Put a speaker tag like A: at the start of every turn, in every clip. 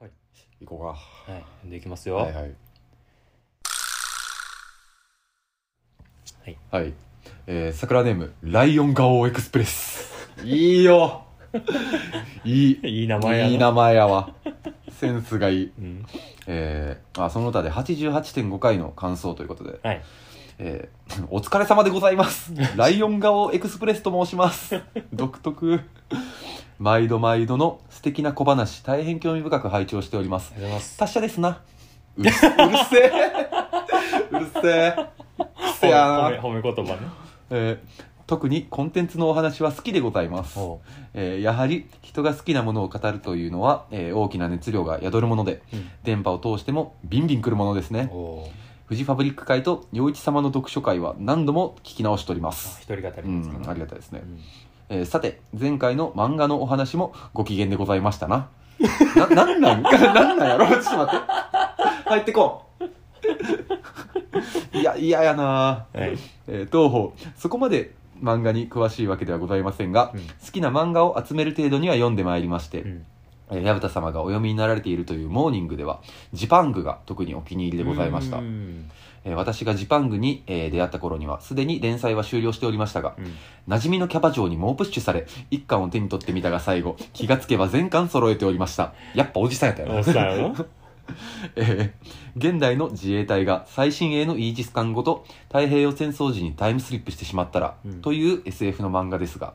A: はい
B: 行こうか
A: はいでいきますよ、
B: はいはい
A: はい
B: はい、えー、桜ネームライオン顔エクスプレスいいよい い
A: いい名前やない
B: い名前やわセンスがいい
A: うん、
B: えー、あその歌で88.5回の感想ということで、
A: はい
B: えー お疲れ様でございます ライオン顔エクスプレスと申します独特毎度毎度の素敵な小話大変興味深く拝聴しております
A: ありがとうございます
B: 達者ですなうるせうるせえうるせえくせや
A: 褒め
B: な、
A: 褒め言葉ね
B: えー特にコンテンツのお話は好きでございます
A: おう
B: えーやはり人が好きなものを語るというのは、えー大きな熱量が宿るもので
A: うん
B: 電波を通してもビンビン来るものですね
A: おう
B: フジファブリック会と陽一様の読書会は何度も聞き直しておりま
A: あ
B: す
A: 一人語りですか
B: う
A: ね
B: んありがたいですね
A: う、ん
B: えーさて前回の漫画のお話もご機嫌でございましたなななんなん なんなんやろちょっと待って入ってこう いや嫌やな
A: はい
B: えー当方そこまで漫画に詳しいわけではございませんが、
A: うん
B: 好きな漫画を集める程度には読んでまいりまして、
A: うん
B: えー矢蓋様がお読みになられているというモーニングではジパングが特にお気に入りでございました
A: う、ん
B: えー私がジパングに、えー出会った頃にはすでに連載は終了しておりましたが
A: うん
B: 馴染みのキャバ嬢に猛プッシュされ一巻を手に取ってみたが最後気がつけば全巻揃えておりましたやっぱおじさんやったよな
A: おっさんや ろ
B: えー現代の自衛隊が最新鋭のイージス艦ごと太平洋戦争時にタイムスリップしてしまったら、
A: うん
B: という SF の漫画ですが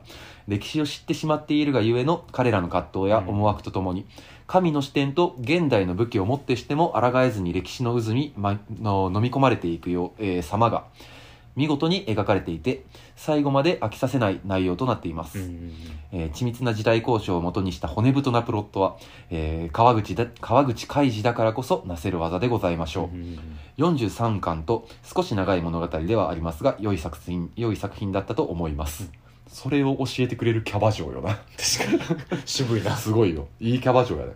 B: 歴史を知ってしまっているがゆえの彼らの葛藤や
A: うん
B: 思惑とともに、神の視点と現代の武器をもってしても抗えずに歴史の渦に、ま、の飲み込まれていくよう、えー様が見事に描かれていて最後まで飽きさせない内容となっています。
A: うん
B: えー緻密な時代交渉をもとにした骨太なプロットは、えー川口だ川口海事だからこそなせる技でございましょう、
A: うん
B: 43巻と少し長い物語ではありますが良い作品良い作品だったと思います、それを教えてくれるキャバ嬢よな
A: 確 かに渋いな
B: すごいよいいキャバ嬢やね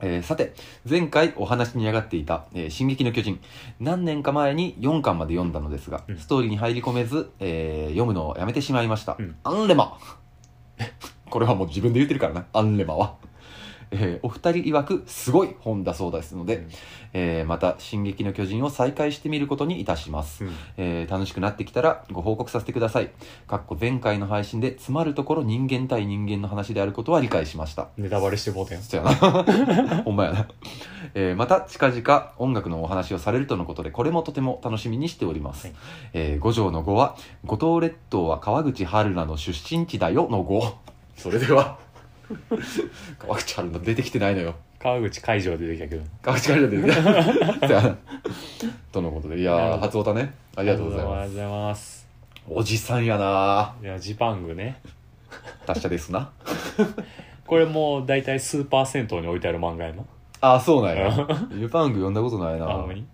B: えーさて前回お話に上がっていた「えー進撃の巨人」何年か前に4巻まで読んだのですが、
A: うん
B: ストーリーに入り込めず、えー読むのをやめてしまいました、
A: うん
B: アンレマこれはもう自分で言ってるからなアンレマは、えーお二人曰くすごい本だそうですので、
A: うん
B: えーまた「進撃の巨人」を再開してみることにいたします、
A: うん
B: えー楽しくなってきたらご報告させてくださいかっこ前回の配信で詰まるところ人間対人間の話であることは理解しました
A: ネタバレしてもうたやん
B: そう やな。ほんまやな。えーまた近々音楽のお話をされるとのことで、これもとても楽しみにしております。
A: はい
B: えー五条の五は、五島列島は川口春奈の出身地だよの五。それで は、川口春奈出てきてないのよ。
A: 川口会場出てきたけど
B: 川口春奈出てきてない。そ うやなとのことで、い
A: な
B: や
A: る
B: ー、
A: ほど
B: 初オタね。あ
A: あ
B: りがとうございます。
A: りがとうございます
B: おじさんやない
A: やジパングね
B: ー達者ですな。
A: これもう大体スーパー銭湯に置いてある漫画やな
B: あー、そう なんや。ユパング読んだことないな。
A: あんまり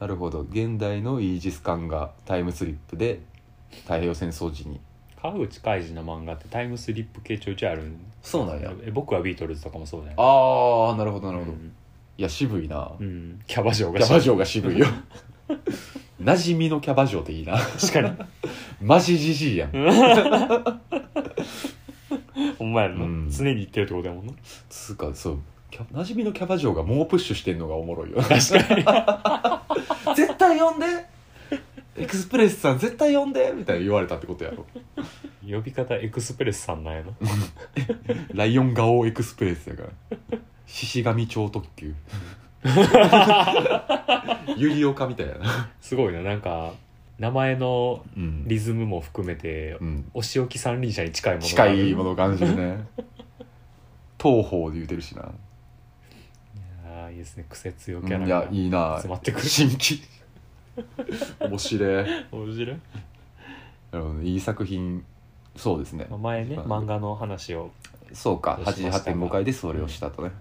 B: なるほど現代のイージス艦がタイムスリップで太平洋戦争時に
A: 川口海事の漫画ってタイムスリップ系ちょいちょいあるん
B: そうなん
A: え僕はビートルズとかもそうだよね
B: ああなるほどなるほど、
A: う
B: い
A: ん
B: や渋いな、
A: うんキャバ嬢が
B: キャバ嬢が渋い よ馴染みのキャバ嬢っていいな
A: 確かに
B: マジじじいやん
A: ほんまやな、
B: うん
A: 常に言ってるってことやもんな
B: つうかそうキャ馴染みのキャバ嬢が猛プッシュしてんのがおもろいよ
A: 確かに
B: 絶対呼んでエクスプレスさん絶対呼んでみたいな言われたってことやろ
A: 呼び方エクスプレスさんなんやな
B: ライオン顔エクスプレスやから 獅子神超特急ゆりおかみたいやな
A: すごいななんか名前の
B: うん
A: リズムも含めて、
B: うん、
A: お仕置き三輪車に近いものがあ
B: 近
A: る
B: いものを感じるね東方で言うてるしない
A: やーいいですね癖強
B: う
A: キ
B: ん
A: ャラ
B: い
A: が
B: やいいな
A: 詰まってくる
B: 新規面白いなる
A: 面白い
B: ほどねいい作品そうですね
A: まあ前ね
B: まあ
A: 漫画の話を
B: そうか
A: そうしましたが
B: 88.5回でそれをしたとね、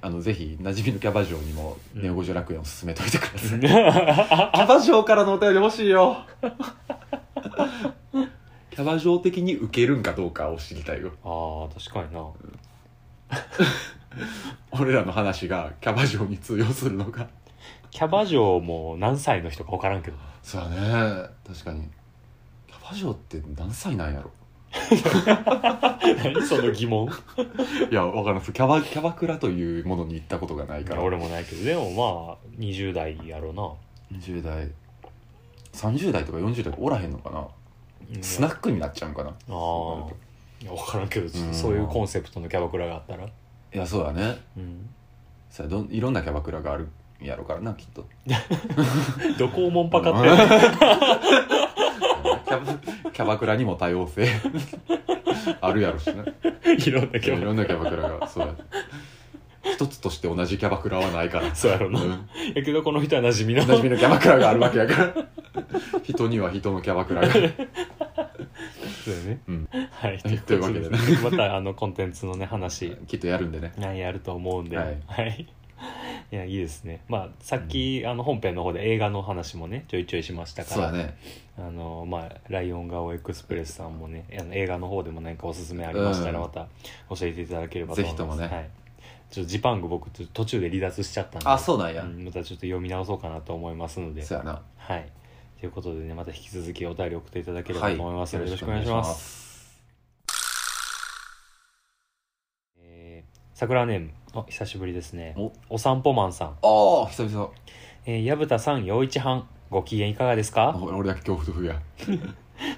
B: あのぜひ馴染みのキャバ嬢にも「
A: うん
B: ネオゴジョ楽園」を勧めといてください、キ
A: あ
B: ャバ嬢からのお便り欲しいよ キャバ嬢的に受けるんかどうかを知りたいよ
A: あ確かにな
B: 俺らの話がキャバ嬢に通用するのか
A: キャバ嬢も何歳の人か分からんけど
B: そうやね確かにキャバ嬢って何歳なんやろ
A: 何その疑問
B: いやわからんキャバキャバクラというものに行ったことがないから
A: 俺もないけどでもまあ20代やろう
B: 20代30代とか40代おらへんのかな、
A: な
B: スナ
A: ッ
B: ックになっちゃうんかな
A: あ
B: そうなると
A: ーいや分からんけど
B: ん
A: そういうコンセプトのキャバクラがあったら
B: いやそうだね
A: うん
B: さどんいろんなキャバクラがあるんやろからなきっと
A: どこをもんぱかって
B: キャバキャバクラにも多様性 あるやろしね
A: いろんなキ
B: い
A: ャバ
B: ろんなキャバクラがそうや一つとして同じキャバクラはないから
A: そうやろな
B: うん
A: やけどこの人は馴染みの
B: おなじみのキャバクラがあるわけやから 人には人のキャバクラ が
A: そうよね、
B: うん
A: はい
B: はいというわけでね
A: ということでねまたあのコンテンツのね話
B: きっとやるんでね
A: 何やると思うんでは
B: はいい、
A: い、やいいですねまあさっき、あの本編の方で映画の話もねちょいちょいしましたから
B: そうだね
A: あのまあ、ライオン顔エクスプレスさんもねあの映画の方でも何かおすすめありました
B: う
A: ら
B: ん
A: また教えていただければと思います、
B: ぜひともね
A: はい、ちょっとジパング僕ちょっと途中で離脱しちゃったんで
B: あそうなんや、
A: うんまたちょっと読み直そうかなと思いますので
B: そうやな
A: はいということでねまた引き続きお便り送っていただければと思います、
B: は
A: よろしくお願いしま
B: す
A: すえー桜ネームあ久しぶりですね
B: お
A: お散歩マンさん
B: ああ久々
A: えー矢蓋さん陽一班ご機嫌いかがですか
B: あ俺だけ恐怖と不や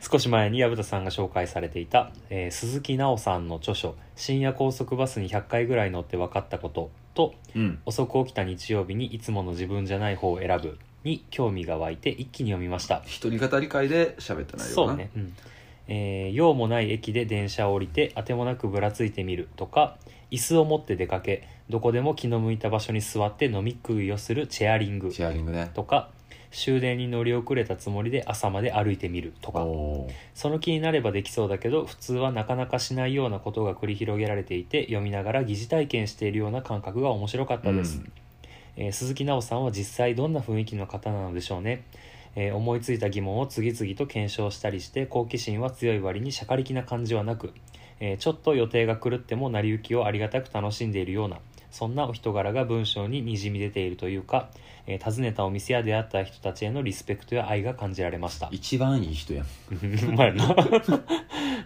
A: 少し前に薮田さんが紹介されていた、えー鈴木奈緒さんの著書「深夜高速バスに100回ぐらい乗って分かったこと」と
B: うん
A: 「遅く起きた日曜日にいつもの自分じゃない方を選ぶ」に興味が湧いて一気に読みました
B: 一人語り会で喋った内容
A: そ
B: かな
A: うね、うんえー用もない駅で電車を降りてあてもなくぶらついてみるとか椅子を持って出かけどこでも気の向いた場所に座って飲み食いをするチェアリング
B: シェアリングね
A: とか終電に乗り遅れたつもりで朝まで歩いてみると
B: お
A: か
B: おー
A: その気になればできそうだけど普通はなかなかしないようなことが繰り広げられていて読みながら疑似体験しているような感覚が面白かったです、
B: うん
A: えー鈴木奈緒さんは実際どんな雰囲気の方なのでしょうね、えー思いついた疑問を次々と検証したりして好奇心は強い割にしゃかりきな感じはなく、えーちょっと予定が狂っても成り行きをありがたく楽しんでいるようなそんなお人柄が文章ににじみ出ているというか、えー訪ねたお店や出会った人たちへのリスペクトや愛が感じられました
B: 一番いい人やん
A: うんう まいな、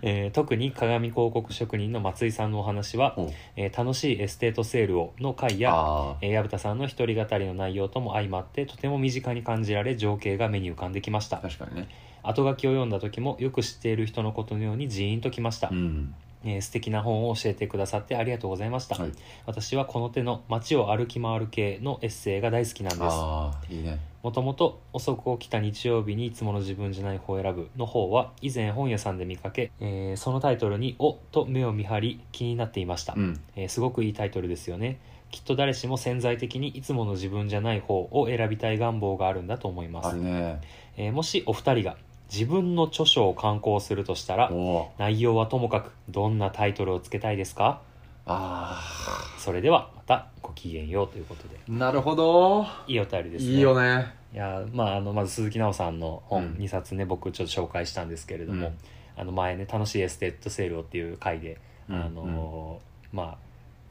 A: えー特に鏡広告職人の松井さんのお話は
B: おう
A: 「えー楽しいエステートセールを」の回や
B: あ
A: えー薮田さんの一人語りの内容とも相まってとても身近に感じられ情景が目に浮かんできまし
B: あ
A: た
B: 確かにね
A: 後書きを読んだ時もよく知っている人のことのようにジーンときました、
B: うん
A: えー素敵な本を教えてくださってありがとうございました、
B: はい
A: 私はこの手の「街を歩き回る系」のエッセイが大好きなんです
B: ああいいね
A: もともと遅く起きた日曜日にいつもの自分じゃない方を選ぶの方は以前本屋さんで見かけ、えーそのタイトルに「お」と目を見張り気になっていました、
B: うん
A: えーすごくいいタイトルですよねきっと誰しも潜在的にいつもの自分じゃない方を選びたい願望があるんだと思いま
B: あ
A: す
B: る、ね
A: えーもしお二人が自分の著書を刊行するとしたら
B: おお
A: 内容はともかくどんなタイトルをつけたいですか
B: あ
A: それではまたごきげんようということで
B: あなるほど
A: いいお便りですね
B: いいよね
A: いやーまああのまず鈴木奈緒さんの
B: う
A: 本
B: ん
A: 2冊ね、僕ちょっと紹介したんですけれども、
B: うん
A: あの前ね「楽しいエステッドセールを」っていう回で、
B: うん
A: あのーまあ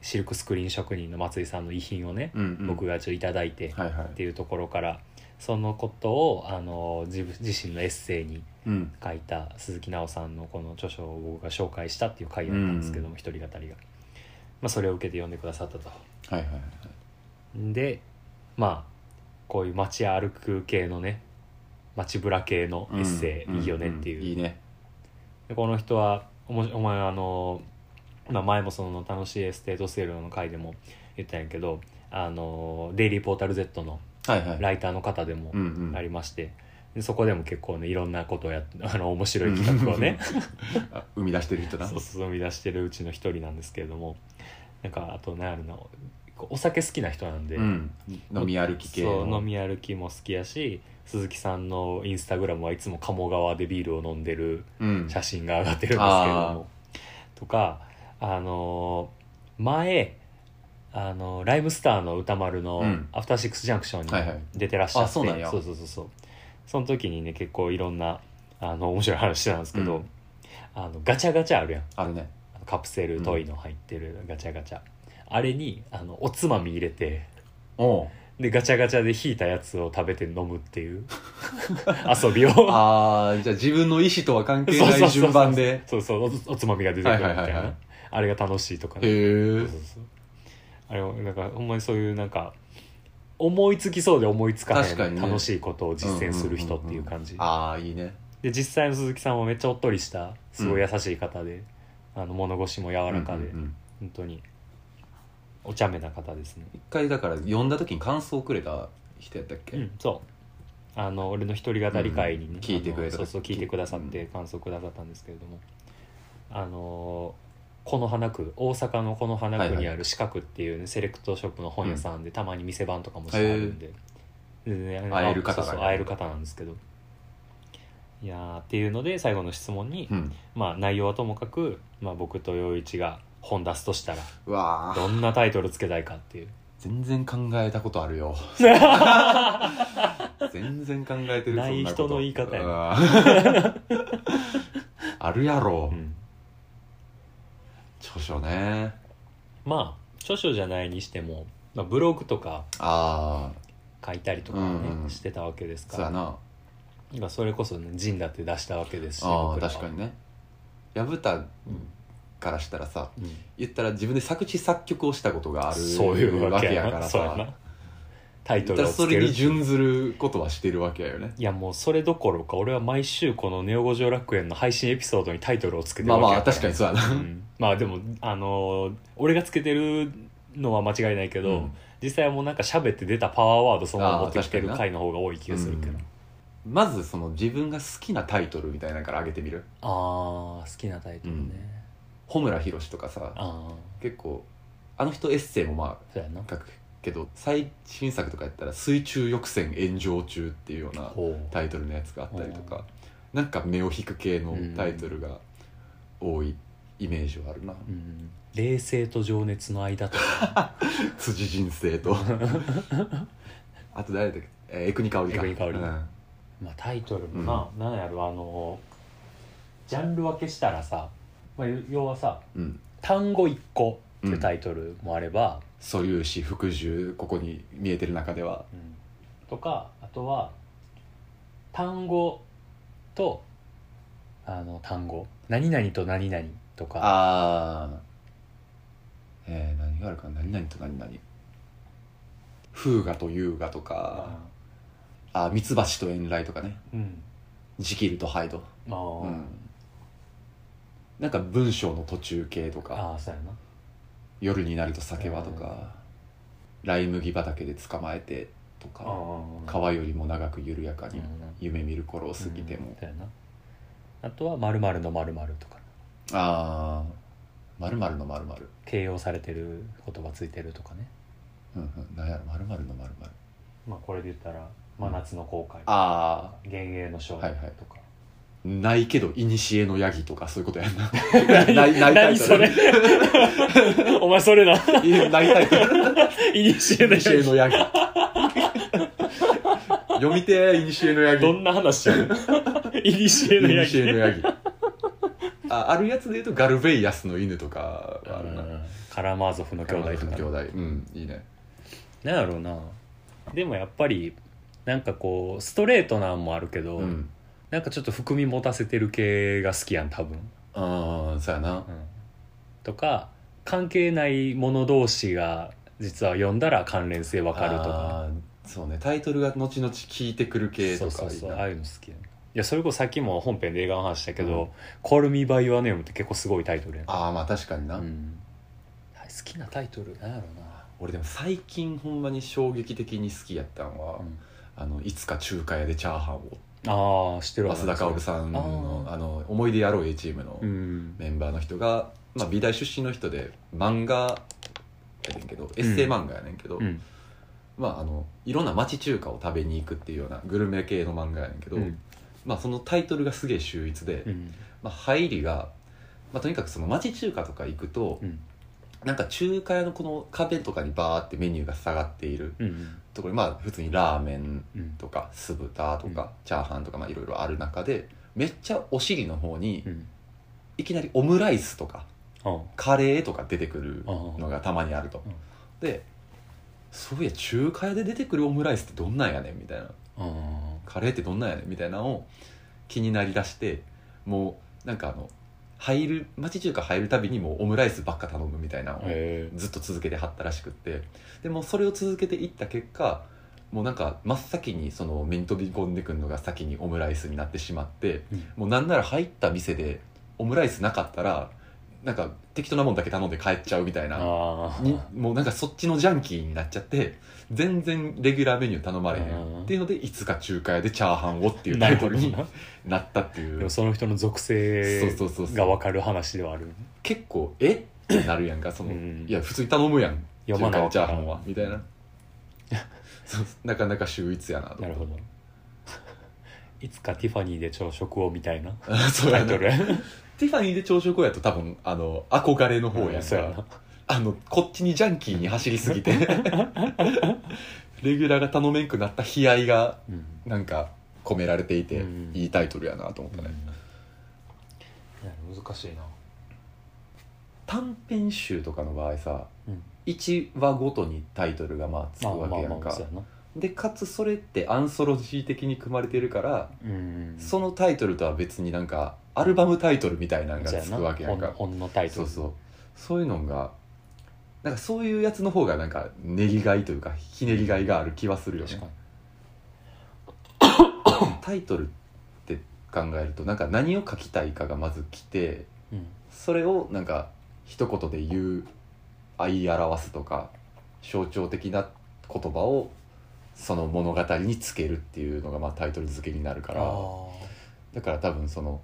A: シルクスクリーン職人の松井さんの遺品をね、
B: うんうん
A: 僕がちょっといただいてっ
B: はいはい
A: ていうところからそのことをあのー自分自身のエッセイに
B: うん
A: 書いた鈴木奈緒さんのこの著書を僕が紹介したっていう回だったんですけども、一人語りが、まあ、それを受けて読んでくださったと。
B: はいはいはい
A: でまあこういう街歩く系のね街ブラ系のエッセイ、
B: ん
A: いいよねっていう,、
B: んんいいね
A: でこの人はおもしお前あの、まあ、前もその「楽しいエステートセール」の回でも言ったんやけどあのデイリーポータル Z の
B: はいはい
A: ライターの方でも
B: うんうん
A: ありまして、でそこでも結構ねいろんなことをやっ あの面白い企画をね
B: あ生み出してる人だ
A: そうそう生み出してるうちの一人なんですけれどもなんかあと何やろなこうお酒好きな人なんで、
B: うん、飲み歩き系の
A: そう飲み歩きも好きやし鈴木さんのインスタグラムはいつも鴨川でビールを飲んでる
B: うん、
A: 写真が上がってるんですけれど
B: あ
A: も、とかあのー前あのーライムスターの歌丸の
B: うん
A: 「アフターシックスジャンクション」
B: はいはい
A: に出てらっしゃって、
B: あそうなんや
A: そうそうそうそうその時にね結構いろんなあの面白い話なんですけど、
B: うん
A: あのガチャガチャあるやん
B: あるね
A: あのカプセルトイの入ってるガチャガチャ、あれにあのおつまみ入れて
B: おう
A: でガチャガチャで引いたやつを食べて飲むっていう 遊びをそ
B: ああじゃあ自分の意思とは関係
A: う
B: な
A: そうそう
B: い順番で
A: そうそうおつおつまみが出てくるみたいな、
B: はいはいはいはい
A: あれが楽しいとかね
B: へ
A: そうそうそうあれをなんかほんまにそういうなんか思いつきそうで思いつかへ
B: 確か
A: ん、
B: にね
A: 楽しいことを実践する人っていう感じ、
B: ああいいね
A: で実際の鈴木さんはめっちゃおっとりしたすごい優しい方で、あの物腰も柔らかで、
B: うんうんうん
A: 本当にお茶目な方ですね
B: 一回だから呼んだ時に感想をくれた人やったっけ、
A: うんそうあの俺の一人語り会にね、
B: うん聞いてくれた
A: あのそうそう聞いてくださって感想くださったんですけれども、あのこの花区大阪のこの花区
B: はい
A: に
B: は
A: ある四角っていう、ねセレクトショップの本屋さんで、たまに店番とかもしてあるんで、でね
B: 会える方だね
A: そうそう会える方なんですけどいやーっていうので最後の質問に、
B: うん
A: まあ内容はともかく、まあ、僕と陽一が本出すとしたら
B: うわあ
A: どんなタイトルつけたいかっていう
B: 全然考えたことあるよ 全然考えてる
A: ない人の言い方やな
B: やあるやろ、
A: うん
B: 著書ね
A: まあ著書じゃないにしても、まあ、ブログとか
B: ああ
A: 書いたりとかね、
B: うんうん
A: してたわけですか
B: そうや
A: ら
B: な
A: 今それこそね陣だって出したわけですし
B: ああ
A: 僕らは
B: 確かにね薮田
A: うん
B: からしたらさ
A: うん
B: 言ったら自分で作詞作曲をしたことがある
A: そういうわけや
B: わ
A: な
B: から
A: そうやな
B: さ
A: タイ
B: 言
A: ト
B: った
A: ル
B: ら
A: をつ
B: そ
A: け
B: れ
A: る
B: に準ずることはしてるわけやよね
A: いやもうそれどころか俺は毎週この「ネオ五条楽園」の配信エピソードにタイトルをつけてる
B: まあ
A: わけ
B: ま
A: や
B: あ確かにそうやな、
A: うんまあでもあのー俺がつけてるのは間違いないけど、
B: うん
A: 実際はもうなんか喋って出たパワーワードそのまま持ってきて
B: あ
A: る
B: ー確かにな
A: 回の方が多い気がするけど、
B: うんまずその自分が好きなタイトルみたいなのから上げてみる
A: ああ好きなタイトルね、
B: うん穂村弘とかさ
A: ああ
B: 結構あの人エッセイもま
A: そうやな
B: あ書くけど最新作とかやったら「水中抑船炎上中」っていうような
A: ほう
B: タイトルのやつがあったりとかなんか目を引く系のタイトルが多いイメージはあるな、
A: うん冷静と情熱の間とか
B: 辻人生 とあと誰だっけ、えー、エクニカオリか
A: 江國香織
B: うん
A: まあタイトルもな、なんやろあのジャンル分けしたらさ、まあ、要はさ
B: うん
A: 「単語一個」っていうタイトルもあれば、
B: 素粒子服従ここに見えてる中では
A: うんとかあとは単語とあの単語何々と何々とか
B: ああえー、何があるかな何々と何々風雅と優雅とかあーミツバチと遠雷とかね
A: うん
B: ジキルとハイド、
A: まあ、
B: うん、なんか文章の途中系とか
A: ああそうやな
B: 夜になると酒はとかライ麦畑で捕まえてとか
A: あ
B: 川よりも長く緩やか
A: い
B: に夢見る頃を過ぎても、
A: そうやなあとは「〇〇の〇〇とか
B: ああまるまるのまるまる
A: 形容されてる言葉ついてるとかね
B: うんうんなんやろまるまるのまるまる
A: まあこれで言ったら「真夏の後悔」
B: ああ
A: 幻影の少
B: はい
A: 年
B: はい」
A: とか
B: ないけど古のヤギとかそういうことやんなないないタイ
A: 何
B: ト
A: それ
B: ル
A: お前それ な
B: ない タイトル
A: いにしえの
B: 古のヤギ読みてー古のヤギ
A: どんな話 やねんいにしえのや
B: 古のヤギああるやつで言うとガルベイアスの犬とかはあるな
A: カラマーゾフの兄弟とか
B: 兄
A: ね
B: 弟うんいいね
A: なんやろうなでもやっぱりなんかこうストレートなんもあるけど、
B: うん
A: なんかちょっと含み持たせてる系が好きやん多分、
B: ああそうやな
A: うんとか関係ないもの同士が実は読んだら関連性わかるとか
B: あーそうねタイトルが後々聞いてくる系と
A: そう
B: か
A: そうそう
B: いい
A: あ
B: な
A: あいうの好きやんいやそれこそさっきも本編で映画の話したけど「
B: うん
A: Call Me by Your Name」って結構すごいタイトルやん
B: あーまあ確かにな、
A: うんはい好きなタイトルなんやろうな
B: 俺でも最近ほんまに衝撃的に好きやったんは、
A: うん
B: あのいつか中華屋でチャーハンを
A: ああ知ってるわ
B: 増田薫さんの
A: あ
B: あの思い出野郎 A チームの
A: うん
B: メンバーの人が、まあ、美大出身の人で漫画やねんけどエッセイ漫画やねんけど、
A: うん
B: まああのいろんな町中華を食べに行くっていうようなグルメ系の漫画やねんけど、
A: うん
B: まあ、そのタイトルがすげえ秀逸で、
A: うん
B: まあ、入りが、まあ、とにかくその町中華とか行くと、
A: うん
B: なんか中華屋のこの壁とかにバーってメニューが下がっている
A: うん
B: ところにまあ普通にラーメン
A: うん
B: とか酢豚とかチャーハンとかまあいろいろある中でめっちゃお尻の方に
A: うん
B: いきなりオムライスとか
A: ああ
B: カレーとか出てくるのがたまにあると
A: うん。
B: でそういや中華屋で出てくるオムライスってどんなんやねんみたいな
A: うん
B: カレーってどんなんやねんみたいなのを気になりだしてもうなんかあの入る町中華入るたびにもうオムライスばっか頼むみたいなのを
A: へ
B: ずっと続けてはったらしくってでもうそれを続けていった結果もうなんか真っ先にその目に飛び込んでくるのが先にオムライスになってしまって
A: え
B: もうなんなら入った店でオムライスなかったらなんか適当なもんだけ頼んで帰っちゃうみたいな
A: あ
B: にもうなんかそっちのジャンキーになっちゃって全然レギュラーメニュー頼まれへ
A: うん
B: んっていうのでいつか中華屋でチャーハンをってい
A: ー
B: う
A: な
B: タ
A: る
B: イトル
A: ほど
B: に
A: な
B: なったってい
A: で
B: う
A: もその人の属
B: そう
A: 性
B: そうそうそ
A: が分
B: う
A: かる話ではあるね
B: 結構え ってなるやんかその、
A: うん
B: いや普通に頼むやん
A: 読まない
B: 中華屋チャーハンはみたいなそうなかなか秀逸やなと
A: なるほど いつかティファニーで朝食をみた いな
B: そう
A: タ
B: や
A: イ
B: な
A: トル
B: ティファニーで朝食をやと多分あの憧れの方やん
A: そう
B: か、
A: やな
B: あのこっちにジャンキーに走りすぎてレギュラーが頼めんくなった悲哀が
A: うん
B: なんか込められていて、
A: うん
B: いいタイトルやなと思ったね、
A: うんいや難しいな
B: 短編集とかの場合さ
A: うん
B: 1話ごとにタイトルがまあつく
A: まあ
B: わけや
A: まあ
B: ん
A: まあそう
B: か
A: やな
B: でかつそれってアンソロジー的に組まれてるから、
A: うん
B: そのタイトルとは別になんかアルバムタイトルみたいなのが
A: そう
B: つくわけやん
A: な
B: か
A: 本本のタイト
B: そ
A: ル
B: うそうそういうのがなんかそういうやつの方がなんか練りがいというかひねりがいがある気はするよ
A: 確
B: ね
A: かに
B: タイトルって考えるとなんか何を書きたいかがまず来て
A: うん
B: それをなんか一言で言う言い表すとか象徴的な言葉をその物語につけるっていうのがまあタイトル付けになるか
A: あ
B: ら
A: ー
B: だから多分その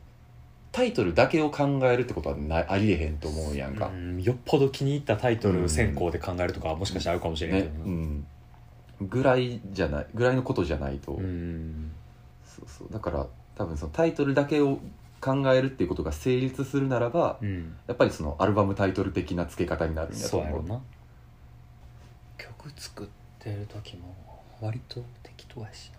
B: タイトルだけを考えるってことはなありえへんと思うやんか、
A: うんよっぽど気に入ったタイトル選考で考えるとかはもしかしたらあるかもしれないけ
B: ね
A: どな
B: うん、ぐらいじゃないぐらいのことじゃないと、
A: うん
B: そうそうだから多分そのタイトルだけを考えるっていうことが成立するならば
A: うん
B: やっぱりそのアルバムタイトル的な付け方になるんだと
A: そうや
B: 思
A: ろ
B: う
A: な曲作ってる時も割と適当やし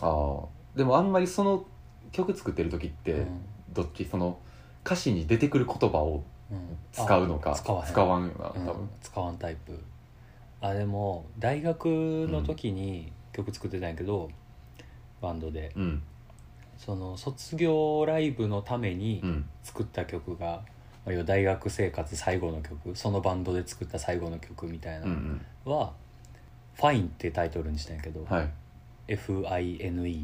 B: ああでもあんまりその曲作ってる時っ
A: な、
B: て、どっちその歌詞に出てくる言葉を
A: うんうん
B: 使うのか
A: あ使わへん
B: わんよな多
A: うん
B: 分、
A: 使わんタイプあでも大学の時に曲作ってたんやけど、バンドで
B: うん
A: その卒業ライブのために
B: うん
A: 作った曲が、まあ要は大学生活最後の曲そのバンドで作った最後の曲みたいな
B: うんうん
A: のは「ファインってタイトルにしたんやけど、
B: はい
A: FINE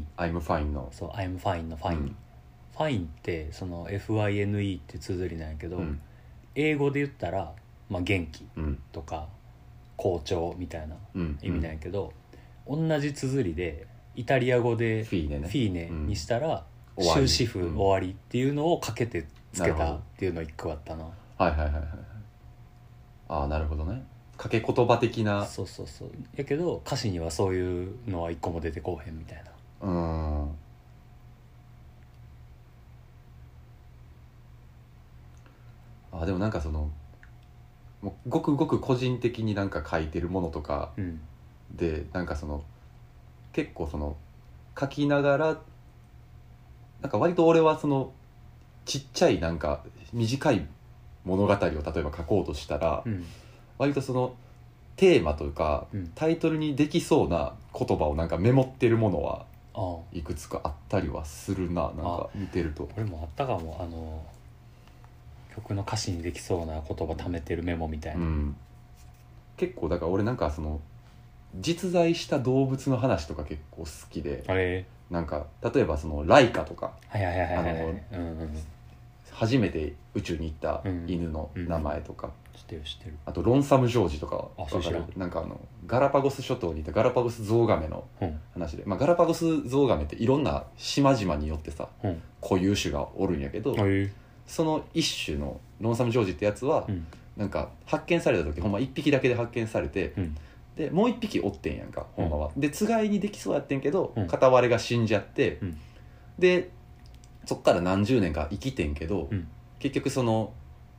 B: 「I'm fine の」
A: そう「I'm fine」の「ファイン
B: うん
A: ファインってその FINE って綴りなんやけど、
B: うん
A: 英語で言ったら、まあ、元気
B: うん
A: とか好調みたいな
B: うん
A: 意味なん
B: い
A: やけど、同じ綴りでイタリア語で
B: フ
A: フィ
B: ィーネね
A: ーネにしたら
B: うん終わ
A: 終
B: り
A: 止符
B: うん
A: 終わりっていうのをかけてつ
B: な
A: け
B: る
A: た
B: ほ
A: っ
B: ど
A: ていうの一個あったな
B: はいはいはいはいああなるほどね掛け言葉的な
A: そうそうそうやけど歌詞にはそういうのは一個も出てこうへんみたいな
B: うーんあでもなんかそのもうごくごく個人的になんか書いてるものとか
A: うん
B: でなんかその結構その書きながらなんか割と俺はそのちっちゃいなんか短い物語を例えば書こうとしたら
A: うん
B: 割とそのテーマというか
A: うん
B: タイトルにできそうな言葉をなんかメモってるものは
A: ああ
B: いくつかあったりはするななんか見てると
A: 俺もあったかもあの曲の歌詞にできそうな言葉貯めてるメモみたいうな、
B: ん結構だから俺なんかその実在した動物の話とか結構好きで
A: あれ
B: なんか例えばそのライカとか
A: はいはいはいはいは
B: あ
A: い
B: の
A: うんうん
B: 初めて宇宙に行った犬の名前とか、
A: 知ってる知ってる
B: あとロンサム・ジョージとかは
A: あそう知ら
B: わ
A: ん
B: かるなんかあのガラパゴス諸島にいたガラパゴスゾウガメの
A: うん
B: 話で、まあ、ガラパゴスゾウガメっていろんな島々によってさ
A: うん
B: 固有種がおるんやけど、
A: え
B: その一種のロンサム・ジョージってやつは、
A: うん
B: なんか発見された時ほんま1匹だけで発見されて
A: うん
B: でもう1匹おってんやんか
A: うん
B: ほんまは、でつがいにできそうやってんけど、
A: うん
B: 片割れが死んじゃって、
A: うん
B: でそっから何十年か生きてんけど、
A: うん
B: 結局その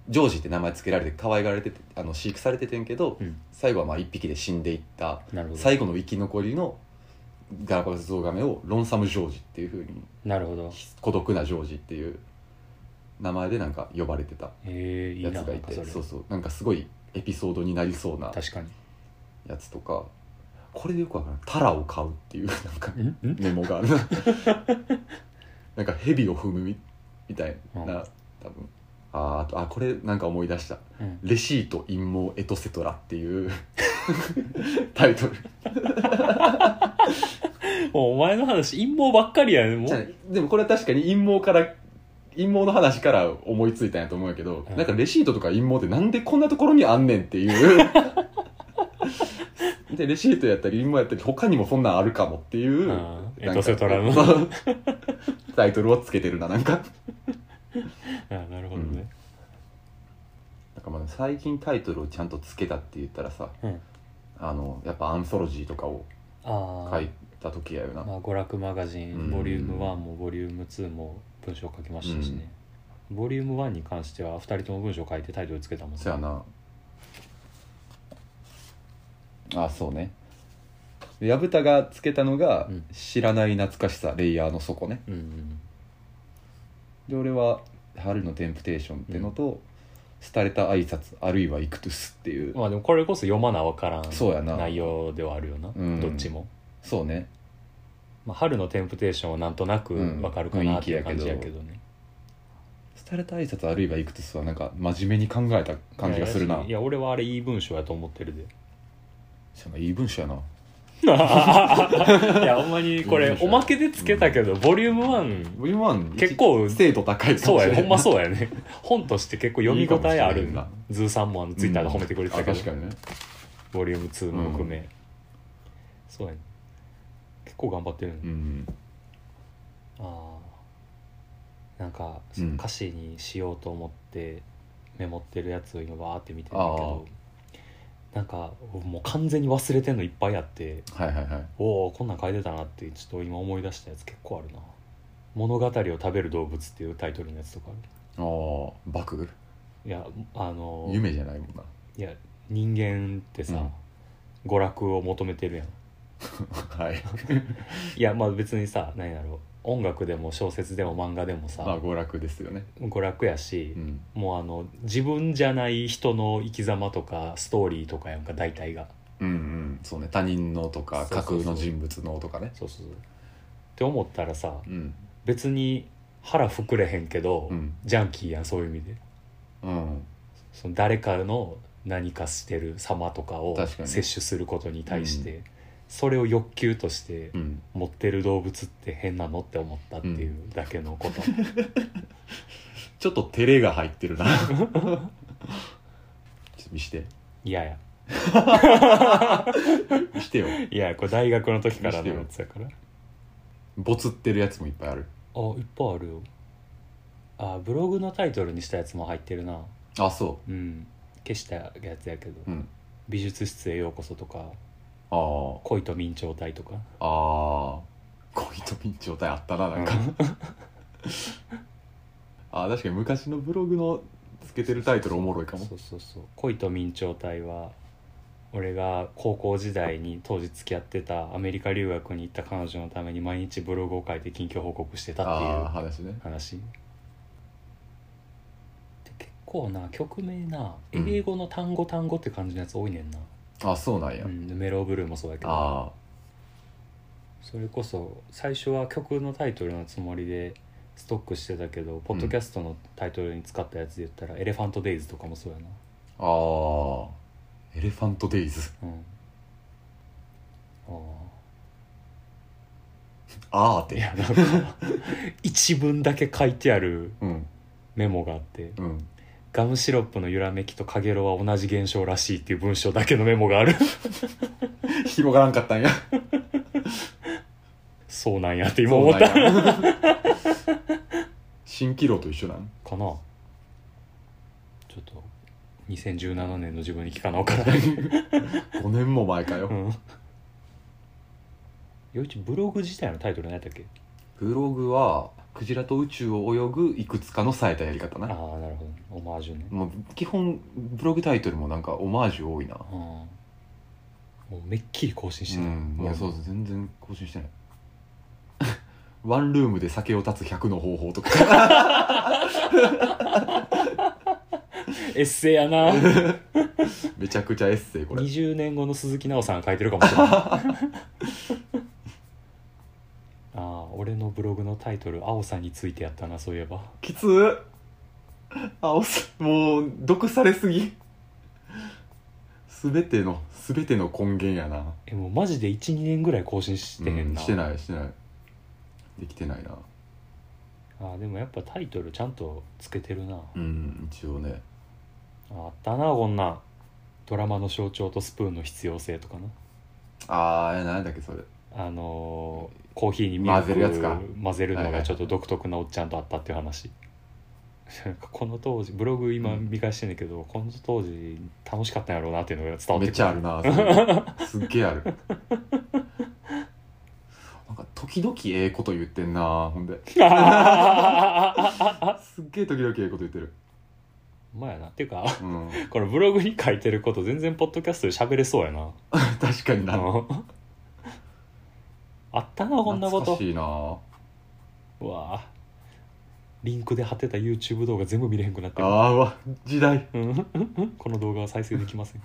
B: ジョージって名前付けられて可愛がられててあの飼育されててんけど、
A: うん
B: 最後はまあ1匹で死んでいった
A: なるほど
B: 最後の生き残りのガラパゴスゾウガメをロンサム・ジョージっていうふうに
A: なるほど
B: 孤独なジョージっていう名前でなんか呼ばれてた
A: ええいい
B: やつ
A: な
B: が
A: ないんか
B: て
A: それ
B: そうそうなんかすごいエピソードになりそうな
A: 確かに
B: やつとかこれでよくわからんタラを買うっていう なんか
A: んん
B: メモが あるなんか蛇を踏むみみたいな、
A: うん
B: 多分あーあとあこれなんか思い出した
A: うん
B: 「レシート陰謀エトセトラ」っていう タイトル
A: もうお前の話陰謀ばっかりやねも
B: じゃあ
A: う
B: ねでもこれは確かに陰謀から陰謀の話から思いついたんやと思うんやけど、
A: うん
B: なんかレシートとか陰謀ってなんでこんなところにあんねんっていう でレシートやったり陰謀やったり他にもそんなんあるかもっていう、
A: うん
B: なんか
A: エトセトラの
B: そう タイトルをつけてるななんか
A: あなるほどね、
B: なんかまあ最近タイトルをちゃんとつけたって言ったらさ
A: うん
B: あのやっぱアンソロジーとかを
A: ああ、
B: 書いた時やよな、
A: まあ、娯楽マガジ
B: うん
A: ンボリューム1もボリューム2も文章書きましたしね、ボリューム1に関しては2人とも文章書いてタイトルつけたもんね
B: そやなあそうねで薮田がつけたのが
A: うん
B: 「知らない懐かしさレイヤーの底ね
A: うんうん」
B: で俺は「春のテンプテーション」ってのと「廃れた挨拶あるいはイクトゥス」っていう、
A: まあでもこれこそ読まなわからん
B: そうやな
A: 内容ではあるよな、
B: うん
A: どっちも、
B: そうね
A: まあ、春のテンプテーションはなんとなくわかるかなっていう感じやけどね、
B: 「廃れた挨拶あるいはイクトゥス」はなんか真面目に考えた感じがする
A: い
B: な
A: やいや俺はあれいい文章やと思って るで
B: しかもいい文章やない
A: やほんまにこ
B: いい
A: れ
B: 文章
A: お
B: や
A: まけでつけたけど、ボリューム1
B: ボリューム1
A: 結構
B: 精度高いか
A: そ
B: も
A: う
B: し
A: や
B: れ
A: ね
B: な
A: ほ
B: い
A: んまそうやね本として結構読み応えあ
B: いいかもしれ
A: る
B: んな
A: ズーさんもあのツイッターで褒めてくれてたけど、
B: うんあ確かにね
A: ボリューム2も含め、そうやね結構頑張ってるね、
B: うん
A: ああなんか、
B: うん
A: 歌詞にしようと思ってメモってるやつを今バーって見てるんだけどなんかもう完全に忘れてんのいっぱいあって
B: はいはいはい
A: おおこんなん書いてたなってちょっと今思い出したやつ結構あるな「物語を食べる動物」っていうタイトルのやつとかあ
B: あ
A: る
B: あバク
A: いやあの
B: 夢じゃないもんない
A: や人間ってさ、娯楽を求めてるやん
B: はい。
A: いやまあ別にさ何やろう音楽でも小説でも漫画でも
B: まあ
A: さ
B: 娯楽ですよね。
A: 娯楽やし、
B: ん。
A: もうあの自分じゃない人の生き様とかストーリーとかやんか大体が
B: うんうん。そうね。他人のとか、
A: そう
B: 架
A: そうそう
B: 空の人物のとかね。
A: そうそうそうって思ったらさ
B: うん。
A: 別に腹膨れへんけど、
B: うん。
A: ジャンキーやんそういう意味で
B: うん。
A: その誰かの何かしてる様とかを
B: 確かに
A: 摂取することに対して、それを欲求として
B: うん。
A: 持ってる動物って変なのって思ったっていうだけの こと、
B: ちょっと照れが入って るな。ちょっと見して。
A: いやいや
B: 見してよ。
A: いやこれ大学の時からのやつやから
B: ボツってるやつもいっぱいある。
A: あいっぱいあるよあブログのタイトルにしたやつも入ってるな
B: あ、そ
A: うん消したやつやけど、
B: う。うん。
A: 美術室へようこそとか
B: ああ。
A: 恋と明朝体とか
B: ああ。恋とピンチ状態あったな、なんか。 あー確かに昔のブログのつけてるタイトルおもろいかも
A: そ。うそうそう恋と明朝体は俺が高校時代に当時付き合ってたアメリカ留学に行った彼女のために毎日ブログを書いて近況報告してたっていう
B: ああー、話ね。
A: 話で結構な曲名な
B: うん
A: 英語の単語単語って感じのやつ多いねんな、
B: あそうなんや。
A: うんメローブルーもそうだけど
B: ああ。
A: それこそ最初は曲のタイトルのつもりでストックしてたけどポッドキャストのタイトルに使ったやつで言ったら「エレファント・デイズ」とかもそうやな、
B: あーエレファントデイズ
A: うん、あ
B: あーっ
A: あい
B: て
A: やなんか一文だけ書いてある
B: うん
A: メモがあって
B: うん
A: ガムシロップの揺らめきとかげろうは同じ現象らしいっていう文章だけのメモがある
B: 広がらんかったんや
A: そうなんやって今思った
B: そうなんや蜃気楼と一緒なん
A: かなちょっと2017年の自分に聞かな おからない
B: 5年も前かよ、
A: うんよいちブログ自体のタイトル何やったっけ
B: ブログはクジラと宇宙を泳ぐいくつかの冴えたやり方
A: ああ
B: な
A: なるほどオマージュね
B: もう基本ブログタイトルもなんかオマージュ多いな
A: うんもうめっきり更新して
B: う
A: た、
B: んいや
A: 俺
B: そうそう全然更新してない ワンルームで酒を断つ100の方法とか
A: エッセイやな
B: めちゃくちゃエッセイこれ
A: 20年後の鈴木奈緒さんが書いてるかもしれ ないああ俺のブログのタイトル「青さんについてやったなそういえば
B: きつーあおすもう毒されすぎ全ての全ての根源やな」
A: えもうマジで12年ぐらい更新してへん
B: うん
A: な、
B: してないしてないできてないな
A: ああでもやっぱタイトルちゃんとつけてるな
B: うん一応ね
A: ああったなこんなんドラマの象徴とスプーンの必要性とかな
B: ああ何だっけそれ
A: あのーコーヒーにミル
B: 混
A: ク
B: ぜるやつか
A: 混ぜるの
B: はいは
A: が
B: い
A: ちょっと独特なおっちゃんとあったっていう話なんかこの当時ブログ今
B: うん
A: 見返してんだけど、この当時楽しかったんやろうなっていうのが伝わ
B: め
A: ってくる
B: っちゃあるなそれすっげえあるなんか時々ええこと言ってんなほんですっげえ時々ええこと言ってる
A: ほんまやなっていうか
B: うん
A: これブログに書いてること全然ポッドキャストで喋れそうやな
B: 確かに
A: あ
B: な
A: の あったなこんな
B: 懐
A: こ
B: か
A: と
B: しいな
A: うわあリンクで貼ってた YouTube 動画全部見れへんくなってる
B: あーわ時代
A: うんうんうん この動画は再生でき ません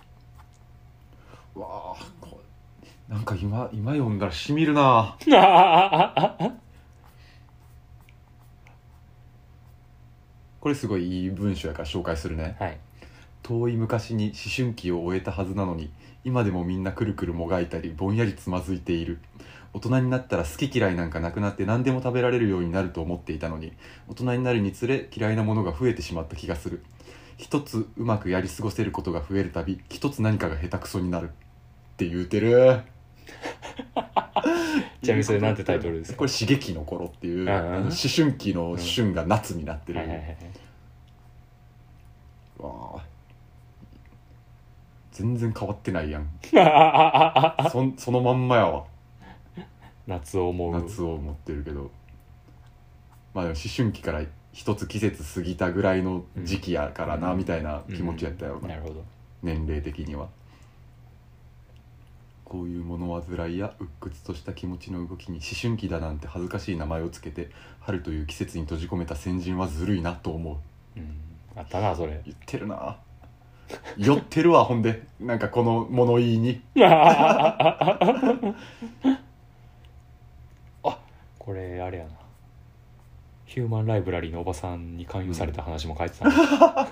B: わあこなんか今今読んだらしみるなこれすごいいい文章やから紹介するね
A: はい
B: 遠い昔に思春期を終えたはずなのに今でもみんなくるくるもがいたりぼんやりつまずいている大人になったら好き嫌いなんかなくなって何でも食べられるようになると思っていたのに大人になるにつれ嫌いなものが増えてしまった気がする一つうまくやり過ごせることが増えるたび一つ何かが下手くそになるって言うてる
A: ちなみにそれなんてタイトルですか
B: これ「刺激の頃」っていううんあの思春期の「春」が夏になってる、
A: はいはいはい
B: わあ全然変わってないやん そんそのまんまやわ
A: 夏を思う
B: 夏を持ってるけどまあでも思春期から一つ季節過ぎたぐらいの時期やからな、
A: うん
B: みたいな気持ちやったやろ
A: うん
B: な、
A: なるほど
B: 年齢的にはこういう物煩いや鬱屈とした気持ちの動きに思春期だなんて恥ずかしい名前をつけて春という季節に閉じ込めた先人はずるいなと思う
A: うんあったなそ れ
B: 言ってるな酔ってるわほんでなんかこの物言いに
A: あこれあれやなヒューマンライブラリーのおばさんに勧誘された話も書いてたな、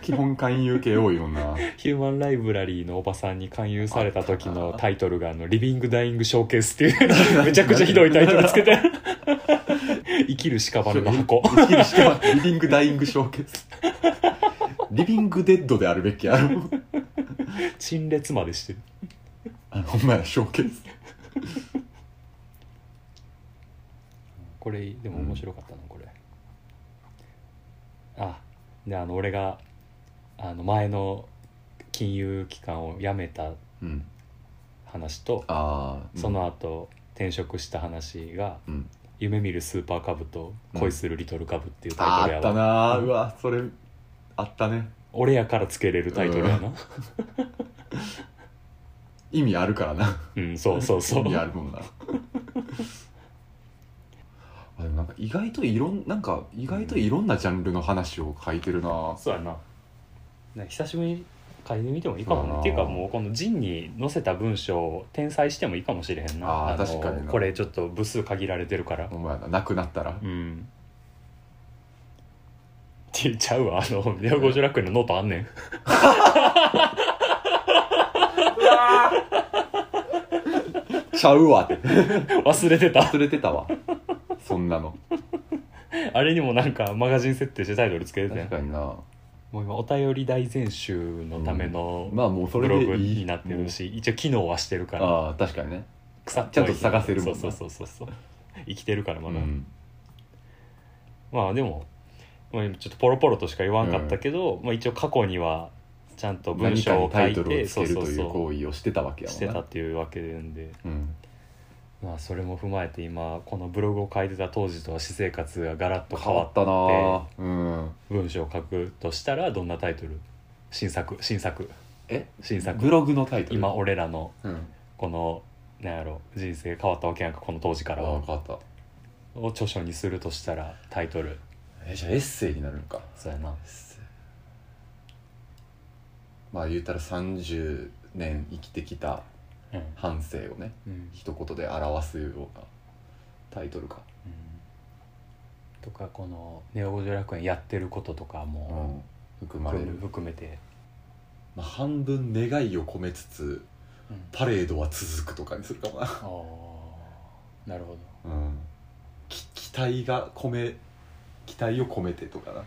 B: 基本勧誘系多いよな
A: ヒューマンライブラリーのおばさんに勧誘された時のタイトルがあの「リビング・ダイイング・ショーケース」 っていうめちゃくちゃひどいタイトルつけ て生きる屍の箱
B: 生きるしかリビングダイイングショーケースリビングデッドであるべきやろ
A: 陳列までしてる
B: あのほんまやショーケース
A: これでも面白かったな、これあであの俺があの前の金融機関を辞めた
B: うん
A: 話と
B: ああ
A: その後転職した話が
B: うん、うん
A: 「夢見るスーパーカブと恋するリトルカブ」っていうタイ
B: あ
A: ト
B: ーあ
A: ルや
B: った
A: わ、
B: なーうわそれあったね
A: 俺やからつけれるタイトルやな
B: 意味あるからな
A: うん、そうそうそう
B: 意味あるもんなあでもなんか意外といろんなんか意外といろんなジャンルの話を書いてるな、
A: そうやなね久しぶりに書いてみてもいいかも
B: そうや
A: ね
B: な
A: っていうかもうこの「陣」に載せた文章を転載してもいいかもしれへんな
B: あー
A: の
B: 確かにな
A: これちょっと部数限られてるから
B: お前ななくなったら
A: うんって言っちゃうわあの「ネオ五十楽園」のノートあんねん
B: ちゃうわって
A: 忘れてた
B: 忘れてたわそんなの
A: あれにもなんかマガジン設定してタイトルつけてて
B: 確かにな
A: もう今お便り大全集のための、
B: まあもうそ
A: ブ
B: れ
A: ロ
B: で
A: グ
B: いい
A: になってるし一応機能はしてるから
B: ああ確かにね
A: 腐っ
B: ちゃんと探せるもんな
A: そうそうそうそう生きてるからま
B: う
A: だ、
B: ん
A: まあでも、まあ、ちょっとポロポロとしか言わんかったけど、まあ、一応過去にはちゃんと文
B: 何か
A: 章
B: に
A: を書
B: タイ
A: い
B: トルを
A: て
B: つけるという
A: そ
B: 行為をしてたわけ
A: う
B: や
A: して
B: もん
A: た
B: な
A: っていうわけなんで、
B: うん
A: まあ、それも踏まえて今このブログを書いてた当時とは私生活がガラッと変
B: 変
A: わ
B: わ
A: っ
B: ったなあうん
A: 文章を書くとしたらどんなタイトル新作新作
B: え
A: 新
B: ブ
A: 作
B: ログのタイトル
A: 今俺らの
B: うん
A: このなんやろ人生変わったわけやんかこの当時か
B: あ
A: ら
B: あ
A: は
B: 変わった
A: を著書にするとしたらタイトル
B: えじゃあエッセイになるのか
A: そうやな
B: エッセイまあ言うたら30年生きてきた
A: うん
B: 反省をね
A: うん
B: 一言で表すようなタイトルか、
A: とかこの「ネオ・ゴジ楽園」やってることとか
B: う
A: も
B: ん、含まれる、
A: 含めて、
B: まあ、半分願いを込めつつパレードは続くとかにするかもな
A: ああなるほ
B: うん、き期待が込め期待を込めてとかな
A: ど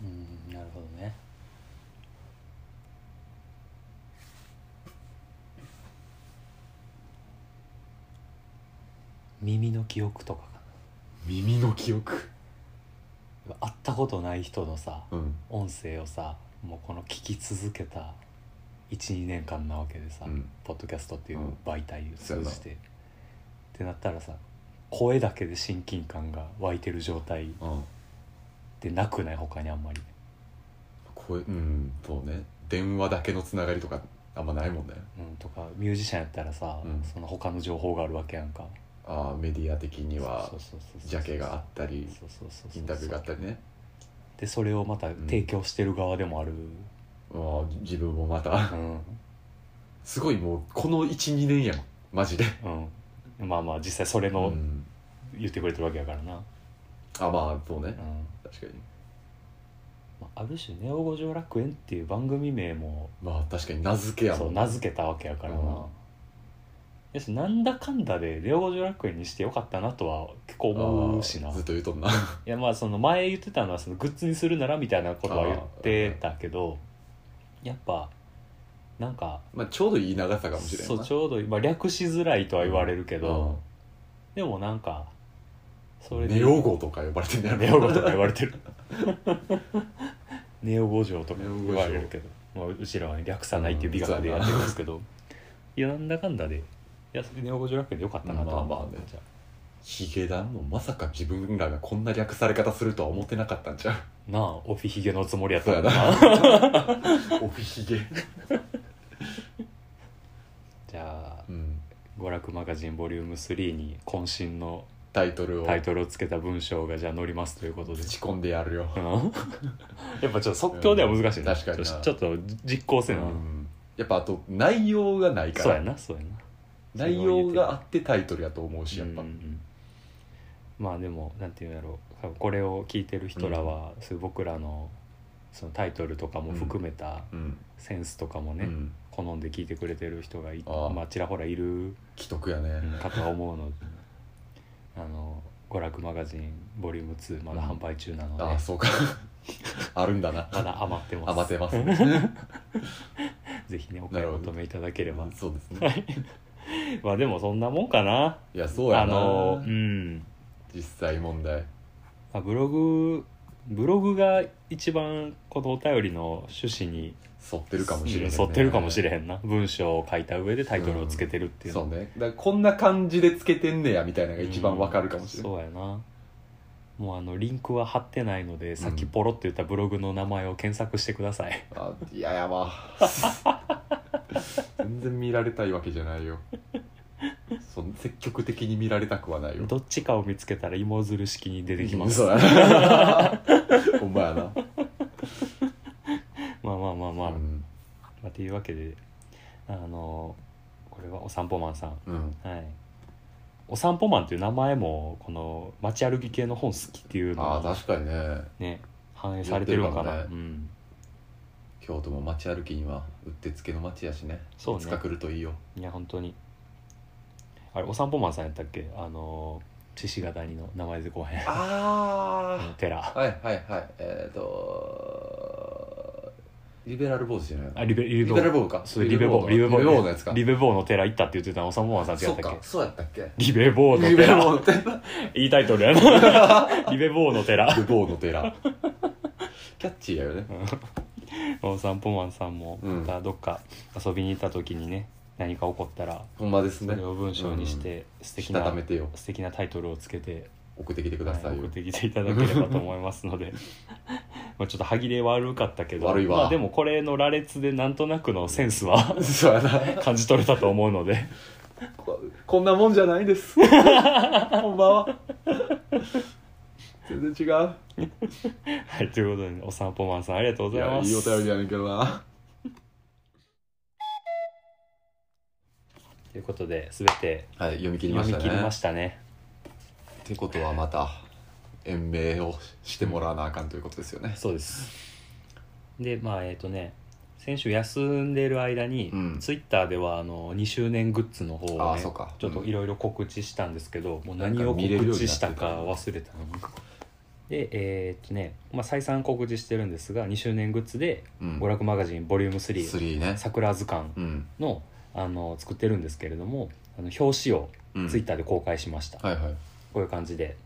A: うん、うん、なるほどね耳の記憶とかかな
B: 耳の記憶
A: 会ったことない人のさ
B: うん
A: 音声をさもうこの聞き続けた12年間なわけでさ、
B: うん
A: ポッドキャストっていう
B: うん
A: 媒体を
B: そうや
A: 通
B: な
A: じて、ってなったらさ声だけで親近感が湧いてる状態
B: うん
A: でなくない他にあんまり
B: 声うんそうね電話だけのつながりとかあんまないもんね
A: うん、とかミュージシャンやったらさ、
B: うん
A: その他の情報があるわけやんか
B: あーメディア的には
A: そうそうそうそう
B: ジャケがあったり
A: そうそうそうそう
B: インタビューがあったりね
A: でそれをまた提供してる側でもある、
B: あー自分もま
A: う
B: た
A: ん
B: すごいもうこの12年やんマジで、
A: うん、まあまあ実際それ
B: う
A: の
B: ん、
A: 言ってくれてるわけやからな、
B: あまあそうね
A: うん
B: 確かに
A: まあ、ある種「ネオ五条楽園」っていう番組名も
B: まあ確かに名付けや
A: そ
B: も
A: うん名付けたわけやから
B: うん
A: な。やしなんだかんだで「ネオ五条楽園」にしてよかったなとは結構思うしな
B: あーずっ
A: い
B: と言うとんな
A: やまあその前言ってたのはそのグッズにするならみたいなことは言ってたけどやっぱなんか
B: まあちょうどいい長さかもしれんな
A: そうちょうどいい、まあ、略しづらいとは言われるけ
B: うん
A: ど、でもなんかそれで
B: ネオゴとか呼ばれてんだよ
A: ネオゴとか言われ てるネオ五条とか言われるけど、まあ、うちらは、ね、略さないっていう美学でやってるんですけど、 いやなんだかんだでいやネオ五条楽園でよかったなとは
B: まあ
A: 思
B: まあね
A: っちゃ
B: ヒゲダンもまさか自分らがこんな略され方するとは思ってなかったん ちゃう
A: うなあオフィヒゲのつもりやった
B: そう
A: か
B: や
A: ら
B: な
A: な
B: オフィヒゲ
A: じゃあ
B: うん
A: 娯楽マガジンボリューム3に渾身の
B: タイトルを
A: タイトルをつけた文章がじゃあ載りますということで
B: ぶち込んでやるよ
A: うんやっぱちょっと即興では難しいね
B: うん確かにな
A: ちょっとちょっと実行せな、
B: うんやっぱあと内容がないか
A: そうや
B: ら
A: なそうやな
B: 内容があってタイトルやと思うしやっぱ
A: うんうんまあでもなんていうんだろう多分これを聞いてる人らは、そういう僕らのそのタイトルとかも含めた
B: うん
A: センスとかも
B: う
A: ね、
B: ん
A: 好んで聞いてくれてる人がい
B: ああ
A: まあ、ちらほらいる
B: 既得やね
A: かとは 思うのであの娯楽マガジンボリューム2まだ販売中なので、
B: ああそうか あるんだな
A: まだ余ってます
B: あ待てますね
A: ぜひねお買い求めいただければ
B: そうですね
A: まあでもそんなもんかない
B: やそうや
A: あの
B: な
A: うん
B: 実際問題
A: まあ、ブログブログが一番このお便りの趣旨に
B: 沿ってるかもしれない
A: うん沿ってるかもしれへんな文章を書いた上でタイトルをつけてるっていうの
B: そうねだからこんな感じでつけてんねやみたいなのが一番わかるかもしれない、
A: そうやなもうあのリンクは貼ってないので、さっきポロって言ったブログの名前を検索してください
B: あいやや ば全然見られたいわけじゃないよそん積極的に見られたくはないよ
A: どっちかを見つけたら芋づる式に出てきます
B: そうや なほんまやな、
A: まあまあまあまあ、
B: うん
A: まあ、というわけであのこれはお散歩マンさん
B: うん、
A: はいお散歩マンっていう名前もこの街歩き系の本好きっていうの
B: あ
A: は
B: あ確かにね
A: ね反映されてるの
B: や
A: かな
B: ってるかも
A: うん、
B: 京都も街歩きにはうってつけの街やしね
A: そうね
B: いつか来るといいよ
A: いや本当にあれお散歩マンさんやったっけあの獅子型にの名前で後編
B: あ
A: 寺
B: はいはいはいえっ、ー、とリベラル坊主じゃない
A: あリベ
B: リ
A: リベ
B: ベ
A: ボ
B: ラル坊主か
A: そうリベボーリベボー
B: リベボーのやつか
A: リベボーの寺行ったって言ってたのお散歩マンさん違
B: そ
A: っ
B: う
A: たっ
B: か
A: け
B: そうやったっけ
A: リベボーの
B: リベラル
A: 寺
B: 坊主 って
A: いいタイトルやな リベボーの寺
B: 無謀の 寺キャッチーやよね
A: お散歩マンさんも
B: うん
A: またどっか遊びに行った時にね何か起こったら
B: ほんまです
A: そ
B: ね
A: れを文章にし
B: うん
A: て素
B: し
A: 敵
B: た
A: な
B: ためてよ
A: 素敵なタイトルをつけて
B: 送ってきてくださいよ、
A: 送ってきていただければと思いま すのでまあちょっと歯切れ悪かったけど
B: 悪いわ
A: まあ、でもこれの羅列でなんとなくのセンスは
B: そうやな
A: 感じ取れたと思うので
B: ここんなもんじゃないですほんまは全然違う
A: はい、ということでね、お散歩マンさんありがとうご
B: い
A: ざい
B: や
A: ま
B: い
A: す。
B: いお便りやねんけどな
A: ということで、すべて
B: はい読み切りま
A: 読
B: し
A: み
B: たね
A: 切りましたね。
B: ってことはまた延命をしてもらわなあかんということですよね
A: そうです。で、まあ、えっ、とね、先週休んでる間に、
B: うん
A: ツイッターではあの2周年グッズの方
B: あ
A: を、
B: あ
A: ね
B: そうか
A: ちょっといろいろ告知したんですけど、もう何
B: なん
A: を
B: か見れるように
A: 告
B: なって
A: 知
B: た
A: したか忘れたのでえーっとね、まあ、再三告知してるんですが2周年グッズで
B: うん
A: 娯楽マガジンボリューム3
B: 3
A: 「
B: ね
A: 桜図鑑
B: うん
A: の」あの作ってるんですけれどもあの表紙を
B: うん
A: ツイッターで公開しました、
B: はいはい
A: こういう感じで、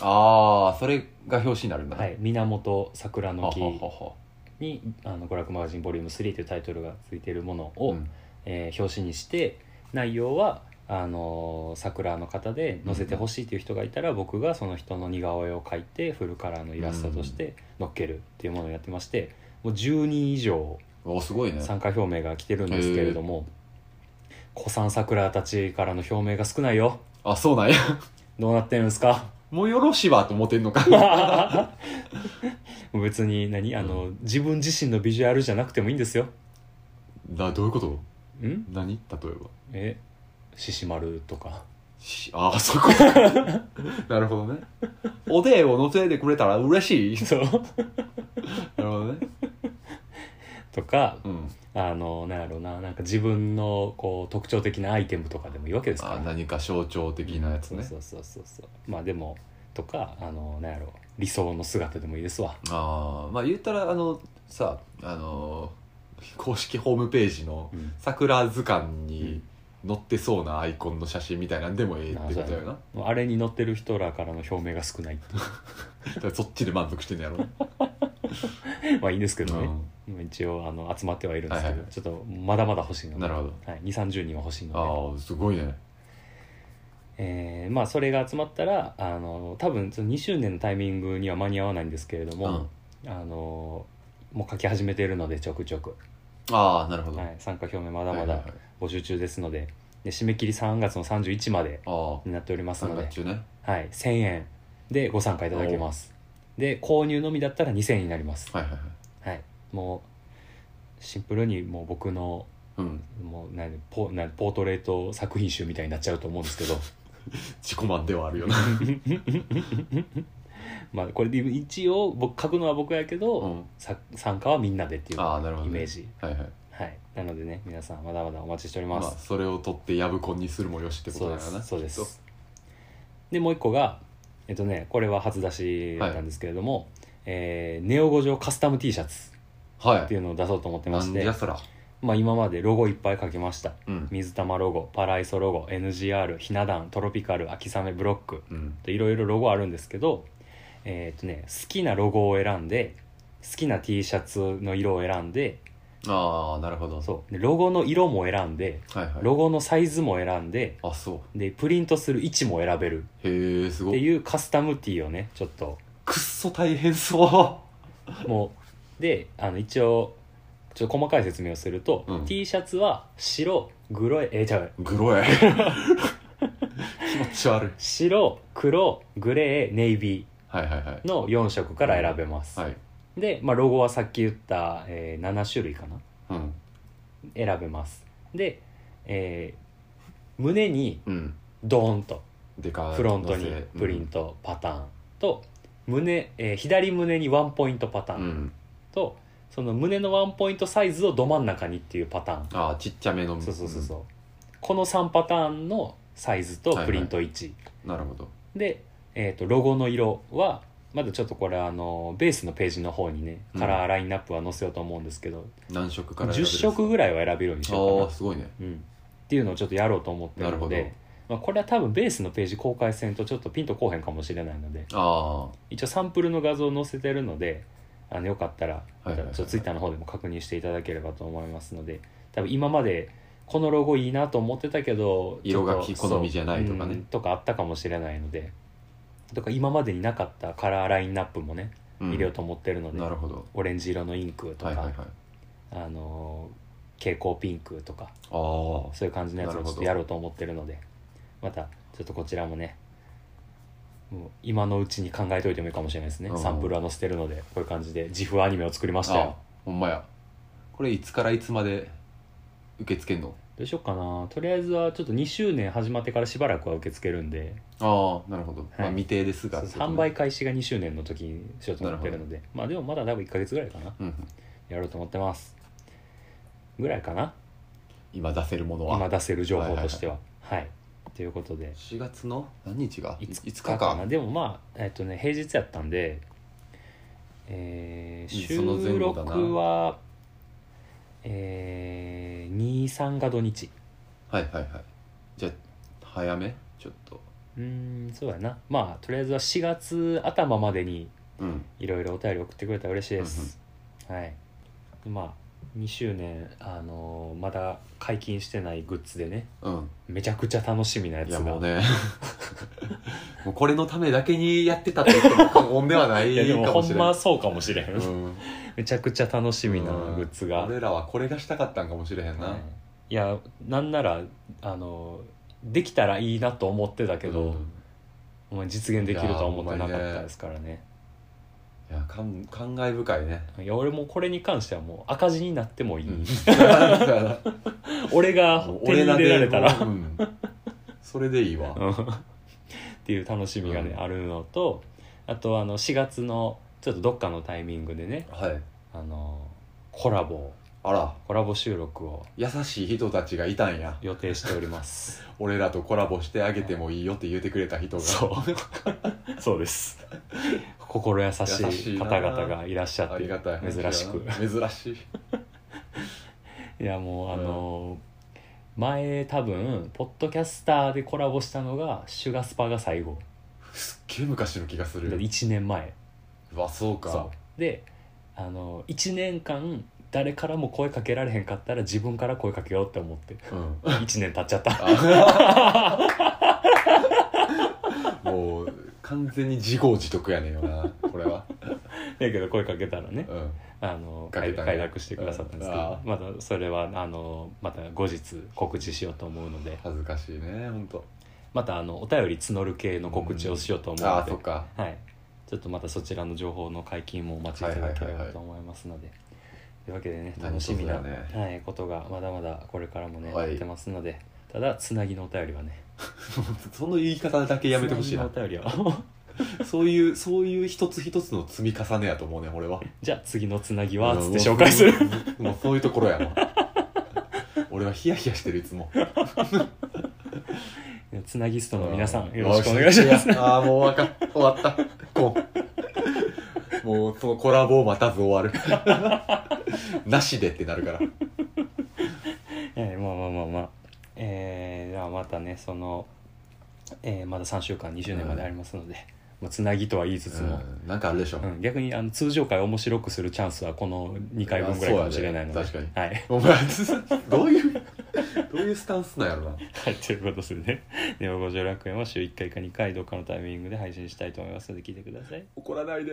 B: ああそれが表紙になるんだね
A: はい、源桜
B: は
A: の木
B: ははは
A: に「あの娯楽マガジンボリューム3というタイトルがついてるものを、
B: うん
A: えー表紙にして内容はあのー桜の方で載せてほしいという人がいたら、僕がその人の似顔絵を描いてフルカラーのイラストとして載っけるっていうものをやってまして、もう10人以上
B: おすごいね
A: 参加表明が来てるんですけれども古参桜たちからの表明が少ないよ
B: あそうなんや
A: どうなってるんですか
B: もうよろしいわと思ってんのか
A: もう別に何あの、自分自身のビジュアルじゃなくてもいいんですよ
B: などういうこと
A: ん
B: 何例えば
A: え獅子丸とか
B: しああそこ なるほどねおでんを乗せてくれたら嬉しい
A: そう
B: なるほどね
A: とか
B: うん
A: あのなんやろうななんか自分のこう特徴的なアイテムとかでもいいわけですから
B: あ何か象徴的なやつね
A: そうそうそうそうまあでもとかあのなんやろう理想の姿でもいいですわ
B: ああまあ言ったらあのさあのー公式ホームページの
A: うん
B: 桜図鑑に載ってそうなアイコンの写真みたいなんでもええってことやな
A: もうあれに載ってる人らからの表明が少ないって
B: だからそっちで満足してんのやろう
A: いうまあいいんですけどね、
B: ん
A: まあ一応あの集まってはいるんですけど、
B: はいはい
A: ちょっとまだまだ欲しいので
B: なるほど
A: はい、2 3 0人は欲しいので
B: ああすごいね
A: えーまあ、それが集まったらあの多分その2周年のタイミングには間に合わないんですけれども、あのもう書き始めているのでちょくちょく、
B: ああなるほど
A: はい、参加表明まだ
B: は
A: ま
B: いはい
A: だ
B: はい
A: 募集中ですので,、で締め切り3月の31まで
B: あ
A: になっておりま
B: あ
A: すの
B: 参
A: で
B: 加、中ね
A: はい、1000円でご参加いただけますで購入のみだったら2000円になります、
B: はいはいはい
A: はい、もうシンプルにもう僕の
B: うん
A: もうなんポなんポートレート作品集みたいになっちゃうと思うんで すけど
B: 自己満ではあるよな
A: まあこれで一応僕書くのは僕やけど、
B: うん
A: さ参加はみんなでっていう
B: ああなるほど
A: イ
B: ね
A: メージ、
B: はいはい
A: はいなのでね皆さんまだまだお待ちしており
B: ま
A: ま
B: あ
A: す、
B: それを取ってやぶこにするもよしってこ
A: そ
B: とだ
A: うで
B: よな
A: すそうで
B: きっと
A: すでもう一個がえっとねこれは初出しなんですけれども、えーネオ五条カスタム T シャツ
B: は
A: っていうのを出そうと思って
B: い
A: ま
B: な
A: し
B: んで
A: て
B: や、そら
A: まあ、今までロゴいっぱい書きました
B: うん
A: 水玉ロゴパライソロゴ NGR ひな壇トロピカル秋雨ブロック
B: うん
A: といろいろロゴあるんですけど、えーっとね、好きなロゴを選んで好きな T シャツの色を選んで
B: ああなるほど
A: そうでロゴの色も選んで
B: はいはい
A: ロゴのサイズも選んで
B: あそ
A: でプリントする位置も選べる
B: うへえす
A: っ
B: ご
A: て
B: い
A: いうカスタムティーをねちょっと
B: くっそ大変そ
A: もうであの一応ちょっと細かい説明をすると、
B: うん
A: T シャツは白黒えー、ちゃう
B: う グロい 気持ち悪い
A: 白黒グレーネイビ
B: はいはいはい
A: ーの4色から選べます、
B: はい
A: で、まあ、ロゴはさっき言った、えー7種類かな
B: うん
A: 選べますで、えー胸に
B: うん
A: ドーンと
B: でかい
A: フロントにプリントパターンと胸、えー左胸にワンポイントパター
B: うん、う
A: ン
B: ん、
A: と、その胸のワンポイントサイズをど真ん中にっていうパターン
B: ああちっちゃめの
A: そうそうそうそう、この3パターンのサイズとプリント1、
B: うんなるほど
A: で、えー、とロゴの色はまだちょっとこれあのベースのページの方にね
B: うん
A: カラーラインナップは載せようと思うんですけど、
B: 何色から
A: 10色ぐらいは選べるようにしよう
B: ああ
A: か
B: ーすごいね
A: な、うん、っていうのをちょっとやろうと思ってるの
B: なる
A: でまあ、これは多分ベースのページ公開せんとちょっとピンとこうへんかもしれないので
B: あ
A: 一応サンプルの画像を載せてるのであのよかったら
B: はいはいはいはい
A: ツイッターの方でも確認していただければと思いますので多分今までこのロゴいいなと思ってたけど
B: 色が
A: ちょっ
B: 好みじゃないとかね
A: うんとかあったかもしれないのでとか今までになかったカラーラインナップもね
B: あ、うん
A: 入れようと思ってるので、
B: なるほど
A: オレンジ色のインクと
B: は
A: か、
B: いはいはい
A: あのー蛍光ピンクとか
B: ああ
A: そういう感じのやつ
B: な
A: を
B: る
A: ち
B: ほ
A: ょ
B: ど
A: っとやろうと思ってるのでまたちょっとこちらもねもう今のうちに考えておいてもいいかもしれないですね
B: うん
A: サンプルは載せてるのでこういう感じで自負アニメを作りました
B: あ
A: よ
B: ほんまやこれいつからいつまで受け付けんの
A: どうしようかなとりあえずはちょっと2周年始まってからしばらくは受け付けるんで
B: ああなるほど、まあ
A: はい
B: 未定ですが
A: そう販売開始が2周年の時にしようと思ってるのでまあでもまだ多分1ヶ月ぐらいかな
B: うん
A: やろうと思ってますぐらいかな
B: 今出せるものは
A: 今出せる情報としてははいということで
B: 4月の何日が
A: 5
B: 5
A: 日
B: 日
A: か
B: か
A: なでもまあえっとね平日やったんでえー
B: その前
A: 収
B: 後だな
A: 録はえー、23が土日
B: はいはいはいじゃあ早めちょっと
A: うーんそうやなまあとりあえずは4月頭までに
B: うん
A: いろいろお便り送ってくれたら嬉しいです、はいでまあ2周年あのーまだ解禁してないグッズでね
B: うん
A: めちゃくちゃ楽しみなやつ
B: い
A: が
B: やもうね もうこれのためだけにやってたって言っても過言ではない
A: いやでも
B: かも
A: ほ
B: し
A: ん
B: れな
A: ま
B: い
A: そうかもしれん、
B: うん
A: めちゃくちゃ楽しみなグッズが、
B: 俺らはこれがしたかったんかもしれへんな、
A: はいいやなんならあのできたらいいなと思ってたけ
B: う
A: ど、
B: ん
A: お前実現できるとは思ってなかったですからね
B: いや感感慨深いね、
A: いや俺もこれに関してはもう赤字になっても いい、
B: うん、だから
A: 俺が
B: もう
A: 手に入れられたら
B: 俺だけ もううんそれでいいわ、
A: うんっていう楽しみがね、
B: うん
A: あるのとあとあの4月のちょっとどっかのタイミングでね
B: はい
A: あのコラボ
B: あら
A: コラボ収録を
B: 優しい人たちがいたんや
A: 予定しております
B: 俺らとコラボしてあげてもいいよって言うてくれた人が
A: そう そうです心優し
B: 優し
A: い
B: いな
A: 方々がいらっしゃっ
B: あ
A: て
B: りがたい話やな
A: 珍しく
B: 珍しい
A: いやもうあのー前多分ポッドキャスターでコラボしたのがシュガスパが最後
B: すっげえ昔の気がする
A: 1年前
B: うわそうか
A: そうであの1年間誰からも声かけられへんかったら自分から声かけようって 思って
B: うん
A: 1年経っちゃった
B: あ もう完全に自業自得やねんよなこれは
A: だけど声かけたらね
B: うん
A: あの
B: かけ
A: 快
B: たね
A: 快諾してくださったんですけ
B: うん
A: ど
B: あ
A: またそれはあのまた後日告知しようと思うので
B: 恥ずかしいね本当。
A: またあのお便り募る系の告知をしようと思う
B: あ
A: の
B: あ
A: で
B: そっか
A: はい、ちょっとまたそちらの情報の解禁もお待ちいただければと思いますので、というわけでね楽しみな、
B: 何卒だ
A: はい、ことがまだまだこれからもね、
B: はい
A: やってますのでただつなぎのお便りはね
B: その言い方だけやめてほしいな
A: つなぎのお便りは
B: そういうそういう一つ一つの積み重ねやと思うね俺は
A: じゃあ次のつなぎはつって紹介する
B: うんもうもうそういうところやな俺はヒヤヒヤしてるいつも
A: つなぎストの皆さん
B: う
A: よろしくお願いします
B: やああもうわか終わったこうもうそのコラボを待たず終わるなしでってなるから
A: えーまあまあまあまあえー、じゃあまたねその、えーまだ3週間2周年までありますので、まあ、つなぎとは言いつつも、
B: うんなんかあるでしょ、
A: うん、逆にあの通常回を面白くするチャンスはこの2回分ぐらいかもしれないので、
B: あそうやね
A: はい、
B: お前 どういうどういうスタンスなんやろな
A: はい、 ということですね「ネオ五条楽園」は週1回か2回どっかのタイミングで配信したいと思いますので聞いてください
B: 怒らないで